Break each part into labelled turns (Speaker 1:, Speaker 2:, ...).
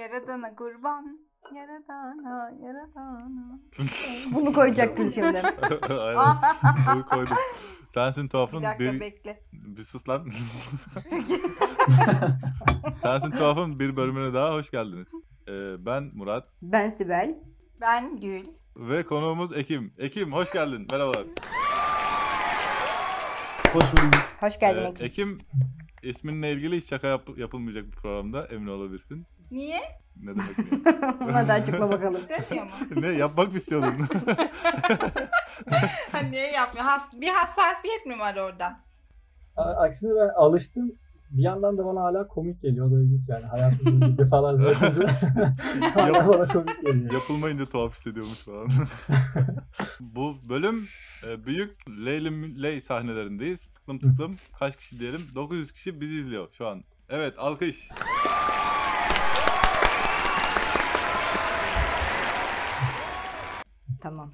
Speaker 1: Yaradana kurban. Yaradana, yaradana.
Speaker 2: Bunu koyacak gün şimdi.
Speaker 3: Aynen. Bunu koydum. Sensin
Speaker 1: Bir
Speaker 3: tuhafın
Speaker 1: dakika
Speaker 3: bir...
Speaker 1: bekle.
Speaker 3: Bir sus lan. Sensin tuhafın bir bölümüne daha hoş geldiniz. Ee, ben Murat
Speaker 2: Ben Sibel.
Speaker 1: ben Gül.
Speaker 3: ve konuğumuz Ekim. Ekim hoş geldin. Merhabalar.
Speaker 4: Hoş bulduk.
Speaker 2: Hoş geldin
Speaker 3: Ee,
Speaker 2: Ekim.
Speaker 3: Ekim isminle ilgili hiç şaka yap- yapılmayacak bir programda emin olabilirsin.
Speaker 1: Niye?
Speaker 3: Ne demek mi?
Speaker 2: Ona da açıkla bakalım.
Speaker 1: Demiyor mu?
Speaker 3: ne yapmak mı istiyordun?
Speaker 1: Ha, niye yapmıyor? Has- bir hassasiyet mi var orada?
Speaker 4: A- Aksine ben alıştım. Bir yandan da bana hala komik geliyor. O da ilginç yani. Hayatımda ilk defalar zaten hala bana komik geliyor.
Speaker 3: Yapılmayınca tuhaf hissediyormuş falan. Bu bölüm e, büyük Leylim Ley sahnelerindeyiz. Tıklım tıklım kaç kişi diyelim? 900 kişi bizi izliyor şu an. Evet alkış.
Speaker 2: Tamam.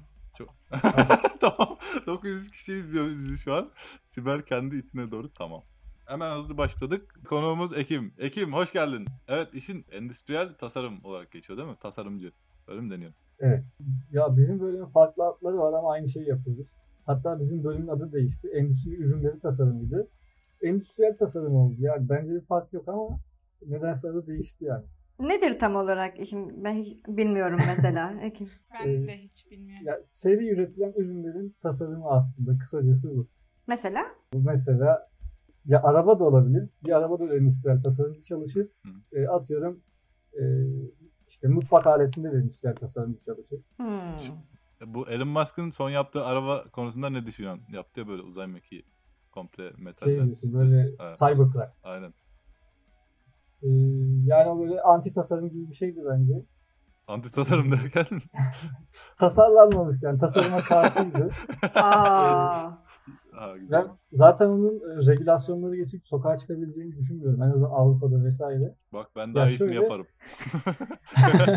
Speaker 3: tamam. 900 kişi izliyor bizi şu an. Sibel kendi içine doğru tamam. Hemen hızlı başladık. Konuğumuz Ekim. Ekim hoş geldin. Evet işin endüstriyel tasarım olarak geçiyor değil mi? Tasarımcı. Öyle mi deniyor?
Speaker 4: Evet. Ya bizim bölümün farklı adları var ama aynı şeyi yapıyoruz. Hatta bizim bölümün adı değişti. Endüstri ürünleri tasarımıydı. Endüstriyel tasarım oldu. Yani bence bir fark yok ama nedense adı değişti yani.
Speaker 2: Nedir tam olarak işim? Ben hiç bilmiyorum mesela. Ekim.
Speaker 4: Ben de hiç Ya seri üretilen ürünlerin tasarımı aslında. Kısacası bu.
Speaker 2: Mesela?
Speaker 4: Bu mesela ya araba da olabilir. Bir araba da endüstriyel tasarımcı çalışır. E, atıyorum e, işte mutfak aletinde de endüstriyel tasarımcı çalışır.
Speaker 2: Hmm.
Speaker 3: E, Bu Elon Musk'ın son yaptığı araba konusunda ne düşünüyorsun? Yaptı ya böyle uzay mekiği komple
Speaker 4: Şey
Speaker 3: metalden.
Speaker 4: diyorsun böyle
Speaker 3: Evet.
Speaker 4: Cybertruck.
Speaker 3: Aynen.
Speaker 4: E, yani o böyle anti tasarım gibi bir şeydi bence.
Speaker 3: Anti tasarım derken
Speaker 4: Tasarlanmamış yani tasarıma karşıydı.
Speaker 2: Aa.
Speaker 3: ha, güzel.
Speaker 4: Ben zaten onun e, regülasyonları geçip sokağa çıkabileceğini düşünmüyorum. En azından Avrupa'da vesaire.
Speaker 3: Bak ben
Speaker 4: Ya
Speaker 3: daha iyisini
Speaker 4: şöyle-
Speaker 3: yaparım.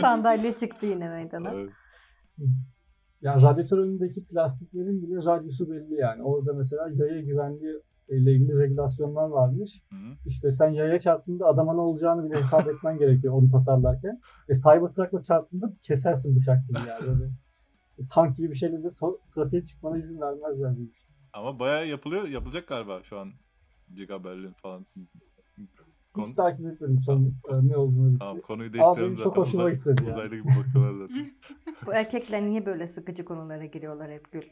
Speaker 2: Sandalye çıktı yine meydana.
Speaker 3: Evet.
Speaker 4: Yani radyatör önündeki plastiklerin bile radyosu belli yani. Orada mesela yaya güvenliği ile ilgili regülasyonlar varmış.
Speaker 3: Hı.
Speaker 4: İşte sen yaya çarptığında adama ne olacağını bile hesap etmen gerekiyor onu tasarlarken. E Cybertruck'la çarptığında kesersin bıçak gibi yani. Böyle tank gibi bir şeyle de so- trafiğe çıkmana izin vermezler diye düşünüyorum.
Speaker 3: Ama bayağı yapılıyor. Yapılacak galiba şu an. Giga Berlin falan. Kon-
Speaker 4: Hiç takip etmedim son e, ne olduğunu.
Speaker 3: Tamam konuyu
Speaker 4: Abi
Speaker 3: değiştirelim
Speaker 4: benim çok
Speaker 3: zaten.
Speaker 4: hoşuma
Speaker 3: Uzay-
Speaker 4: gitmedi ya.
Speaker 3: Uzaylı gibi bakıyorlar zaten.
Speaker 2: Bu erkekler niye böyle sıkıcı konulara giriyorlar hep Gül?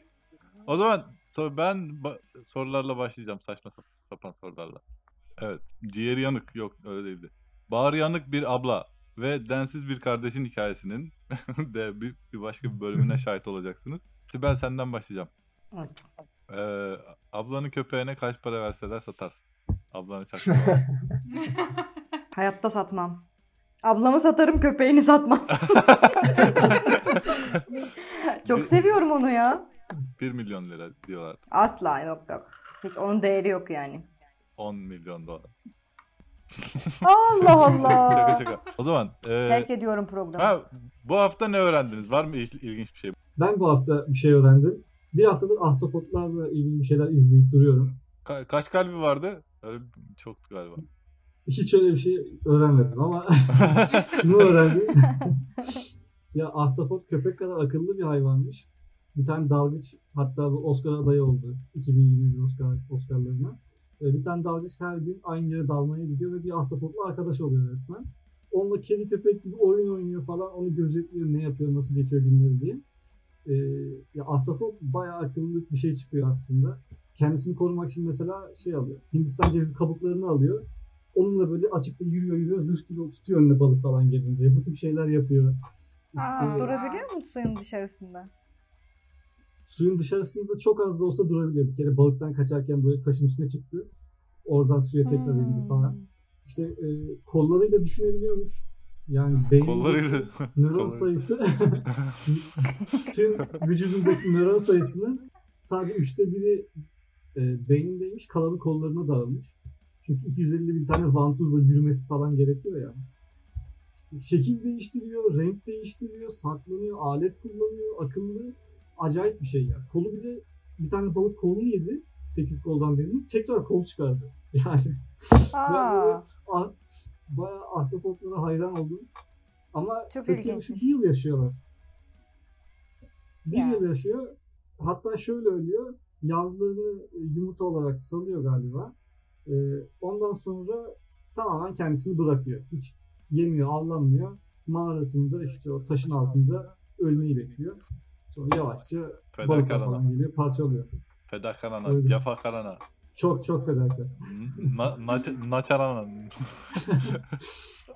Speaker 3: o zaman sor- ben ba- sorularla başlayacağım. Saçma sap- sapan sorularla. Evet. Ciğeri yanık. Yok öyle değildi. Bağrı yanık bir abla ve densiz bir kardeşin hikayesinin de bir, bir başka bir bölümüne şahit olacaksınız. Sibel senden başlayacağım.
Speaker 2: Ay.
Speaker 3: Ee, ablanın köpeğine kaç para verseler satarsın. Ablanı çaktırma.
Speaker 2: Hayatta satmam. Ablamı satarım köpeğini satmam. Çok seviyorum onu ya.
Speaker 3: 1 milyon lira diyorlar.
Speaker 2: Asla yok yok. Hiç onun değeri yok yani.
Speaker 3: 10 milyon dolar.
Speaker 2: Allah
Speaker 3: şaka
Speaker 2: Allah.
Speaker 3: şaka. O zaman e,
Speaker 2: Terk ediyorum programı.
Speaker 3: ha, bu hafta ne öğrendiniz? Var mı il- ilginç bir şey?
Speaker 4: Ben bu hafta bir şey öğrendim. Bir haftadır ahtapotlarla ilgili bir şeyler izleyip duruyorum.
Speaker 3: Ka- kaç kalbi vardı? Öyle çoktu galiba.
Speaker 4: Hiç öyle bir şey öğrenmedim ama Şunu öğrendim. ya ahtapot köpek kadar akıllı bir hayvanmış. Bir tane dalgıç hatta bu Oscar adayı oldu. 2021 Oscar, Oscar'larına. Ee, Bir tane dalgıç her gün aynı yere dalmaya gidiyor ve bir ahtapotla arkadaş oluyor resmen. Onunla kedi köpek gibi oyun oynuyor falan. Onu gözetliyor ne yapıyor nasıl geçiyor günleri diye. Ee, ya ahtapot bayağı akıllı bir şey çıkıyor aslında. Kendisini korumak için mesela şey alıyor. Hindistan cevizi kabuklarını alıyor. Onunla böyle açıkta yürüyor yürüyor zırh gibi tutuyor önüne balık falan gelince. Bu tip şeyler yapıyor. İşte
Speaker 1: Aa, dur-
Speaker 2: Durabiliyor musun suyun dışarısında?
Speaker 4: suyun dışarısında çok az da olsa durabiliyor. Bir kere balıktan kaçarken böyle taşın üstüne çıktı. Oradan suya tekrar indi falan.
Speaker 2: Hmm.
Speaker 4: İşte e, kollarıyla düşünebiliyormuş. Yani beynin
Speaker 3: Kollarıyla.
Speaker 4: nöron
Speaker 3: kolları-
Speaker 4: sayısı tüm vücudundaki nöron sayısının sadece üçte biri e, beynindeymiş. Kalanı kollarına dağılmış. Çünkü 250 bin tane vantuzla yürümesi falan gerekiyor ya. İşte şekil değiştiriyor, renk değiştiriyor, saklanıyor, alet kullanıyor, akıllı. Acayip bir şey ya. Kolu bile bir tane balık kolunu yedi. 8 koldan birini. Tekrar kol çıkardı. Yani ben böyle
Speaker 2: Aa,
Speaker 4: ah, bayağı ah, Ahtapotlara hayran oldum. Ama
Speaker 2: Çok
Speaker 4: Türkiye
Speaker 2: ilginçmiş.
Speaker 4: şu bir yıl yaşıyorlar. Bir
Speaker 2: Ya.
Speaker 4: yıl yaşıyor. Hatta şöyle ölüyor. Yavrularını e, yumurta olarak salıyor galiba. Ee, ondan sonra tamamen kendisini bırakıyor. Hiç yemiyor, avlanmıyor. Mağarasında işte o taşın altında ölmeyi bekliyor. Sonra yavaşça balıklar
Speaker 3: Fedakar ana.
Speaker 4: falan geliyor, parçalıyor.
Speaker 3: Fedakar ana.
Speaker 4: Öyle.
Speaker 3: Cefakar ana.
Speaker 4: Çok çok fedakar.
Speaker 3: Na, naç- naçar ana.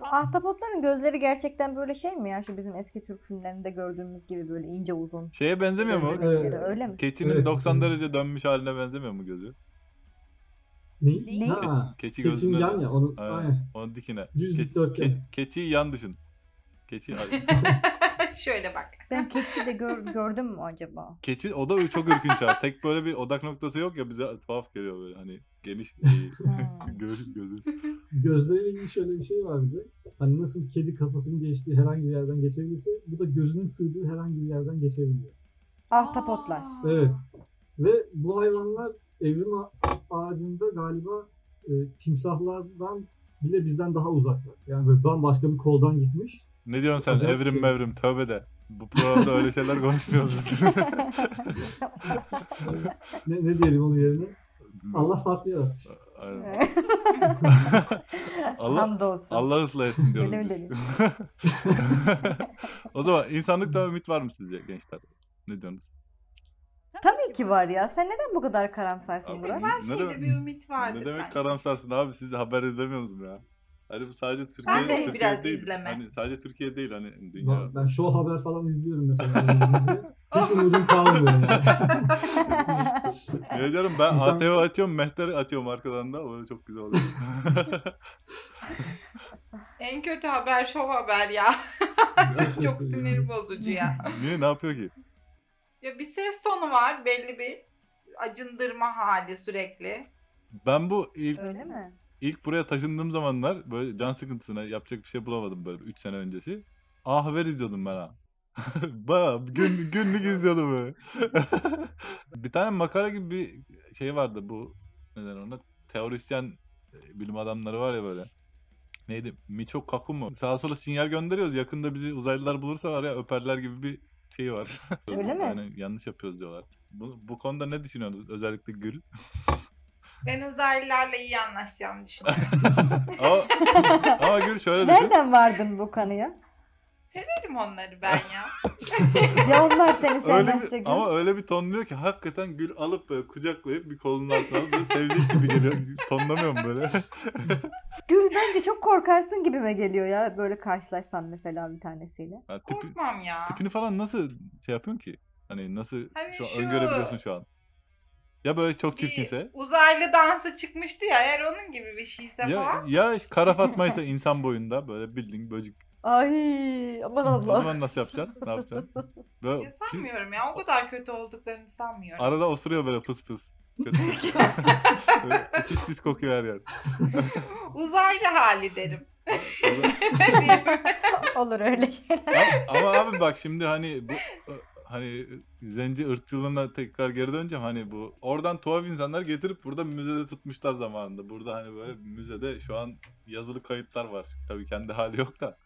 Speaker 2: Ahtapotların gözleri gerçekten böyle şey mi ya? Şu bizim eski Türk filmlerinde gördüğümüz gibi böyle ince uzun.
Speaker 3: Şeye benzemiyor mu?
Speaker 2: gözleri,
Speaker 4: Evet.
Speaker 2: Öyle mi?
Speaker 3: Keçinin
Speaker 4: Evet.
Speaker 3: 90 derece dönmüş haline benzemiyor mu gözü?
Speaker 4: Neyi?
Speaker 2: Neyi?
Speaker 4: Ha,
Speaker 3: Keçi
Speaker 4: keçinin
Speaker 3: gözüne.
Speaker 4: yan ya. Onu,
Speaker 3: Aynen.
Speaker 4: aynen.
Speaker 3: Onun dikine.
Speaker 4: Düz
Speaker 3: Ke-
Speaker 4: dikdörtgen.
Speaker 3: ke- keçiyi yan düşün. Keçi, ay-
Speaker 1: Şöyle bak.
Speaker 2: Ben keçi de gör- gördüm mü acaba?
Speaker 3: keçi o da çok ürkünç ya. Tek böyle bir odak noktası yok ya bize tuhaf geliyor böyle hani geniş e,
Speaker 2: Hmm.
Speaker 3: göz, gözü.
Speaker 4: Gözleriyle ilgili şöyle bir şey var bir de. Hani nasıl kedi kafasının geçtiği herhangi bir yerden geçebilirse bu da gözünün sığdığı herhangi bir yerden geçebiliyor.
Speaker 2: Ahtapotlar.
Speaker 1: Aa.
Speaker 4: Evet. Ve bu hayvanlar evrim a- ağacında galiba e, timsahlardan bile bizden daha uzaklar. Yani böyle bambaşka bir koldan gitmiş.
Speaker 3: Ne diyorsun sen
Speaker 4: Acayip
Speaker 3: evrim
Speaker 4: şey.
Speaker 3: mevrim tövbe de. Bu programda öyle şeyler konuşmuyoruz.
Speaker 4: Ne, ne diyelim onun yerine? Allah farklı yaratmış.
Speaker 3: Aynen. Allah,
Speaker 2: Hamdolsun.
Speaker 3: Allah ıslah etsin diyoruz.
Speaker 2: Öyle
Speaker 3: biz.
Speaker 2: mi dedin?
Speaker 3: o zaman insanlıkta ümit var mı sizce gençler? Ne diyorsunuz?
Speaker 2: Tabii ki var ya. Sen neden bu kadar karamsarsın
Speaker 3: Abi,
Speaker 2: Burak?
Speaker 1: Her
Speaker 3: Ne
Speaker 1: şeyde
Speaker 3: demek-
Speaker 1: bir ümit vardır
Speaker 3: Ne demek
Speaker 1: bence.
Speaker 3: karamsarsın abi siz de haber izlemiyor musunuz ya? Hani bu sadece Türkiye,
Speaker 1: Sen de
Speaker 3: Türkiye
Speaker 1: biraz
Speaker 3: değil.
Speaker 1: izleme.
Speaker 3: Hani sadece Türkiye değil hani dünya.
Speaker 4: Ben, ben show haber falan izliyorum mesela.
Speaker 1: Ah,
Speaker 4: Hiç umudum kalmıyor yani.
Speaker 3: ne diyorum ben
Speaker 4: İnsan-
Speaker 3: ATV açıyorum, mehter açıyorum arkadan da. Böyle çok güzel oluyor.
Speaker 1: En kötü haber şov haber ya. Çok, çok sinir bozucu ya.
Speaker 3: Niye ne yapıyor ki?
Speaker 1: Ya bir ses tonu var belli bir acındırma hali sürekli.
Speaker 3: Ben bu ilk
Speaker 2: Öyle mi?
Speaker 3: ilk buraya taşındığım zamanlar böyle can sıkıntısına yapacak bir şey bulamadım böyle 3 sene öncesi. Ah haber izliyordum ben ha. Baya gün, günlük izliyordum böyle. bir tane makale gibi bir şey vardı bu neden ona teorisyen e, bilim adamları var ya böyle. Neydi? Michio Kaku mu? Sağa sola sinyal gönderiyoruz. Yakında bizi uzaylılar bulursa var ya öperler gibi bir şey var.
Speaker 2: Öyle mi?
Speaker 3: Yani yanlış yapıyoruz diyorlar. Bu, bu konuda ne düşünüyorsunuz? Özellikle Gül.
Speaker 1: Ben uzaylılarla iyi anlaşacağımı düşünüyorum.
Speaker 3: ama, ama Gül şöyle düşün.
Speaker 2: Nereden vardın bu kanıya?
Speaker 1: Severim onları ben ya.
Speaker 2: Ya onlar seni
Speaker 3: öyle
Speaker 2: sevmezse
Speaker 3: bir,
Speaker 2: gül.
Speaker 3: ama öyle bir tonluyor ki hakikaten gül alıp böyle kucaklayıp bir kolunun altına alıp böyle sevecek gibi geliyor. Tonlamıyor mu böyle?
Speaker 2: Gül bence çok korkarsın gibime geliyor ya. Böyle karşılaşsan mesela bir tanesiyle.
Speaker 3: Ha, tipi-
Speaker 1: Korkmam ya.
Speaker 3: tipini falan nasıl şey yapıyorsun ki? Hani nasıl
Speaker 1: Hani
Speaker 3: şu an
Speaker 1: şu-
Speaker 3: öngörebiliyorsun şu an? Ya böyle çok
Speaker 1: Bir
Speaker 3: çirkinse?
Speaker 1: uzaylı dansı çıkmıştı ya eğer onun gibi bir şeyse
Speaker 3: Ya,
Speaker 1: falan.
Speaker 3: ya kara fatmaysa insan boyunda böyle bildiğin böcük.
Speaker 2: Ay aman
Speaker 3: O
Speaker 2: Allah.
Speaker 3: zaman nasıl yapacaksın? Ne yapacaksın? Böyle
Speaker 1: Ya sanmıyorum ya o kadar kötü olduklarını sanmıyorum.
Speaker 3: arada osuruyor böyle pıs pıs. Kötü. Böyle pis pis kokuyor her yer.
Speaker 1: Uzaylı hali derim.
Speaker 3: O da-
Speaker 2: Olur öyle şeyler.
Speaker 3: Ama- ama abi bak şimdi hani bu hani zenci ırkçılığına tekrar geri döneceğim hani bu oradan tuhaf insanlar getirip burada müzede tutmuşlar zamanında. Burada hani böyle müzede şu an yazılı kayıtlar var. Tabii kendi hali yok da.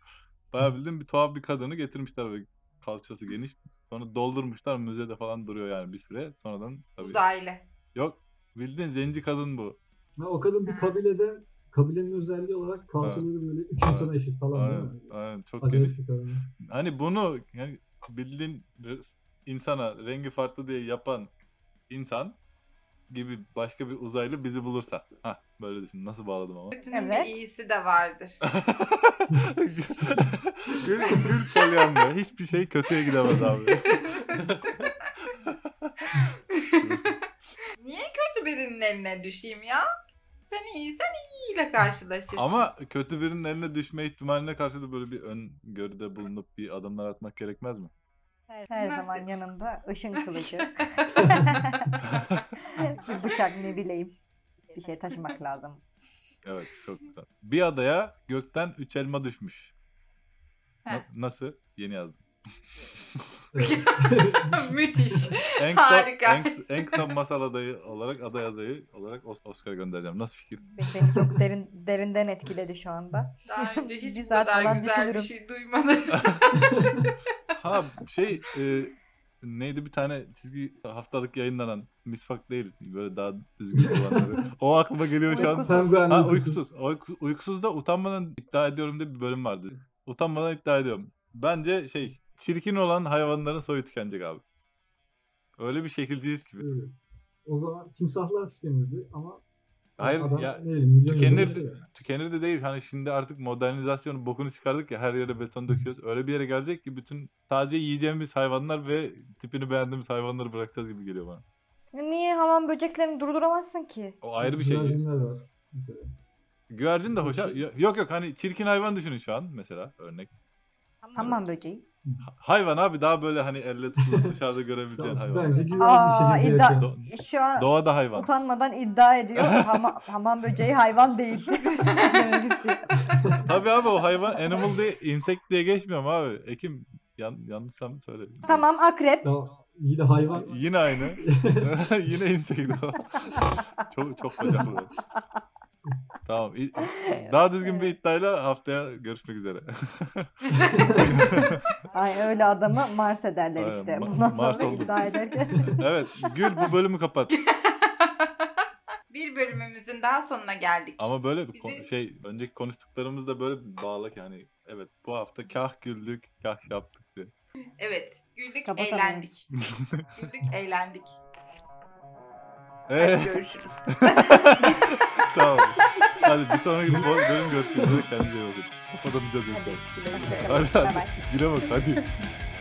Speaker 3: Bayağı bildiğin bir tuhaf bir kadını getirmişler ve kalçası geniş. Sonra doldurmuşlar müzede falan duruyor yani bir süre. Sonradan tabii.
Speaker 1: uzaylı.
Speaker 3: Yok bildiğin zenci kadın bu.
Speaker 4: Ha, o kadın bir kabileden kabilenin özelliği olarak kalçaları böyle üç
Speaker 3: Ha.
Speaker 4: insana eşit falan değil
Speaker 3: Aynen,
Speaker 4: mi?
Speaker 3: aynen çok geniş.
Speaker 4: Acayip bir kadın.
Speaker 3: Hani bunu yani bildiğin bir insana rengi farklı diye yapan insan gibi başka bir uzaylı bizi bulursa. Hah böyle düşün. Nasıl bağladım ama.
Speaker 1: Kötünün
Speaker 2: Evet.
Speaker 1: bir iyisi de vardır.
Speaker 3: gül, gül polyanlı. Hiçbir şey kötüye gidemez abi.
Speaker 1: Niye kötü birinin eline düşeyim ya? Sen iyisen iyiyle karşılaşırsın.
Speaker 3: ama kötü birinin eline düşme ihtimaline karşı da böyle bir ön görüde bulunup bir adımlar atmak gerekmez mi?
Speaker 2: Her
Speaker 1: Nasıl?
Speaker 2: zaman yanında ışın kılıcı. bir bıçak ne bileyim. Bir şey taşımak lazım.
Speaker 3: Evet çok güzel. Bir adaya gökten üç elma düşmüş. Na-
Speaker 1: Heh.
Speaker 3: nasıl? Yeni yazdım.
Speaker 4: Evet.
Speaker 1: Müthiş.
Speaker 3: En kısa,
Speaker 1: Harika.
Speaker 3: En, kısa- en kısa masal adayı olarak aday adayı olarak Os- Oscar'a göndereceğim. Nasıl fikir?
Speaker 2: Beni çok derin derinden etkiledi şu anda.
Speaker 1: Daha önce hiç
Speaker 2: Bir
Speaker 1: bu
Speaker 2: saat
Speaker 1: kadar
Speaker 2: falan
Speaker 1: güzel bir
Speaker 2: düşünürüm.
Speaker 1: şey duymadım.
Speaker 3: Ha şey e, neydi bir tane çizgi haftalık yayınlanan misfak değil böyle daha düzgün olanları. o aklıma geliyor şu an.
Speaker 2: Uykusuz.
Speaker 4: Penguen
Speaker 3: Ha
Speaker 4: uykusu.
Speaker 3: uykusuz. Uyku- Uykusuzda utanmadan iddia ediyorum diye bir bölüm vardı. Utanmadan iddia ediyorum. Bence şey çirkin olan hayvanların soyu tükenecek abi. Öyle bir şekildeyiz gibi.
Speaker 4: Evet. O zaman timsahlar tükenirdi ama
Speaker 3: Hayır
Speaker 4: adam
Speaker 3: ya
Speaker 4: ne bileyim, milyon
Speaker 3: tükenir-
Speaker 4: yıldır yaşıyor.
Speaker 3: tükenir de değil. Hani şimdi artık modernizasyonun bokunu çıkardık ya her yere beton döküyoruz. Öyle bir yere gelecek ki bütün sadece yiyeceğimiz hayvanlar ve tipini beğendiğimiz hayvanları bırakacağız gibi geliyor bana.
Speaker 2: Niye hamam böceklerini durduramazsın ki?
Speaker 3: O ayrı bir şey.
Speaker 4: Güvercinler var. Mesela.
Speaker 3: Güvercin de hoş. Yok yok hani çirkin hayvan düşünün şu an mesela örnek.
Speaker 2: Hamam böceği.
Speaker 3: Ha- Hayvan abi daha böyle hani elle tutulur dışarıda görebileceğin hayvan.
Speaker 4: Bence güvercin
Speaker 2: Aa,
Speaker 4: şekilde
Speaker 2: iddia-
Speaker 4: yaşayan.
Speaker 3: Do-
Speaker 2: E, Şu an
Speaker 3: doğada hayvan.
Speaker 2: utanmadan iddia ediyor. Hama, hamam böceği hayvan değil. Demek istiyor.
Speaker 3: Tabii abi o hayvan animal diye insect diye geçmiyor mu abi? Ekim yan, yanlışsam söyle.
Speaker 2: tamam akrep.
Speaker 4: Tamam. Yine hayvan.
Speaker 3: Yine aynı. Yine insect o. çok çok bacaklı. tamam. i- Daha düzgün bir iddiayla haftaya görüşmek üzere.
Speaker 2: Ay öyle adamı Mars ederler
Speaker 3: Aynen,
Speaker 2: işte.
Speaker 3: Ma-
Speaker 2: Bundan
Speaker 3: Mars
Speaker 2: sonra
Speaker 3: oldu.
Speaker 2: iddia ederken.
Speaker 3: evet. Gül bu bölümü kapat.
Speaker 1: bir bölümümüzün daha sonuna geldik.
Speaker 3: Ama böyle bir
Speaker 1: Bir
Speaker 3: kon-
Speaker 1: de-
Speaker 3: şey önceki konuştuklarımızda böyle bir bağlı yani evet bu hafta kah güldük kah yaptık diye.
Speaker 1: Evet. Güldük,
Speaker 2: Kapatalım.
Speaker 1: eğlendik. Güldük, eğlendik.
Speaker 3: Ee,
Speaker 1: Hadi görüşürüz.
Speaker 3: tamam. Hadi bir sonraki bo- bölüm görüşmek üzere kendinize iyi bakın. Kapatamayacağız yoksa.
Speaker 2: Hadi.
Speaker 3: Hadi,
Speaker 2: Hoşçakalın.
Speaker 3: hadi.
Speaker 2: Bay bay.
Speaker 3: Güle bak hadi.